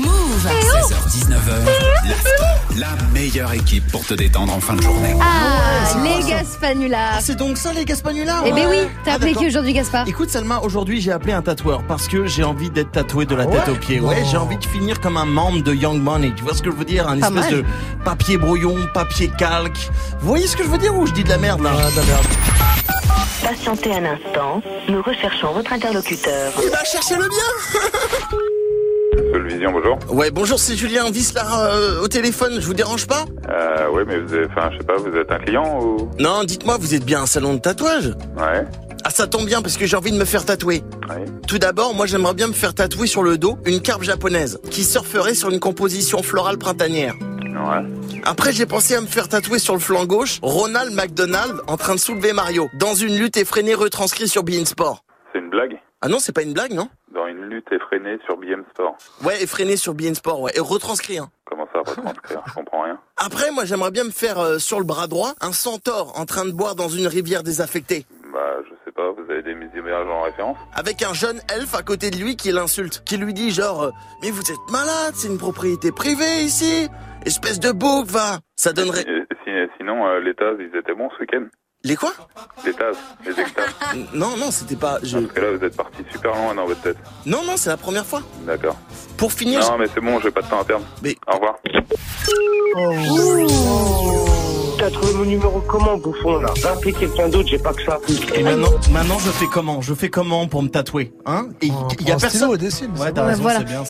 Move 16h-19h, la meilleure équipe pour te détendre en fin de journée. Ah, Ah ouais, c'est les quoi, ça Gaspanulars. Ah, c'est donc ça les Gaspagnolars eh ben oui, Ah, t'as appelé d'accord. qui aujourd'hui, Gaspard Écoute Salma, aujourd'hui j'ai appelé un tatoueur parce que j'ai envie d'être tatoué de la tête aux pieds. Ah Ouais, j'ai envie de finir comme un membre de Young Money. Tu vois ce que je veux dire Un Pas espèce mal. de papier brouillon, papier calque. Vous voyez ce que je veux dire ou je dis de la merde là Patientez un instant, nous recherchons votre interlocuteur. Il va chercher le bien Seule vision, bonjour. Ouais, bonjour, c'est Julien Vislar euh, au téléphone, je vous dérange pas Euh, oui, mais vous êtes, enfin, je sais pas, vous êtes un client ou Non, dites-moi, vous êtes bien un salon de tatouage Ouais. Ah ça tombe bien parce que j'ai envie de me faire tatouer. Oui. Tout d'abord, moi j'aimerais bien me faire tatouer sur le dos une carpe japonaise qui surferait sur une composition florale printanière. Ouais. Après, j'ai pensé à me faire tatouer sur le flanc gauche Ronald McDonald en train de soulever Mario dans une lutte effrénée retranscrite sur Bein Sport. C'est une blague Ah non, c'est pas une blague, non Dans une lutte effrénée sur BM Sport. Ouais, effrénée sur Bein Sport, ouais, et retranscrit. hein. Comment ça, retranscrire Je comprends rien. Après, moi, j'aimerais bien me faire euh, sur le bras droit un centaure en train de boire dans une rivière désaffectée, Bah, je sais pas, vous avez des musibages en référence avec un jeune elfe à côté de lui qui l'insulte, qui lui dit genre euh, Mais vous êtes malade, c'est une propriété privée ici Espèce de bouc, va Ça donnerait... Et si- Sinon, euh, les Taz, ils étaient bons ce week-end Les quoi Les Taz, les extase. Ah, Non, non, c'était pas... Je... Parce que là, vous êtes parti super loin dans votre tête. Non, non, c'est la première fois. D'accord. Pour finir... Non, mais c'est bon, j'ai pas de temps à perdre. Mais- Au revoir. T'as trouvé mon numéro comment, bouffon, là Va appeler quelqu'un d'autre, j'ai pas que ça. Et maintenant, maintenant, je fais comment Je fais comment pour me tatouer Hein Il y a personne. dessine. Ouais, t'as Ouais, raison, voilà. c'est bien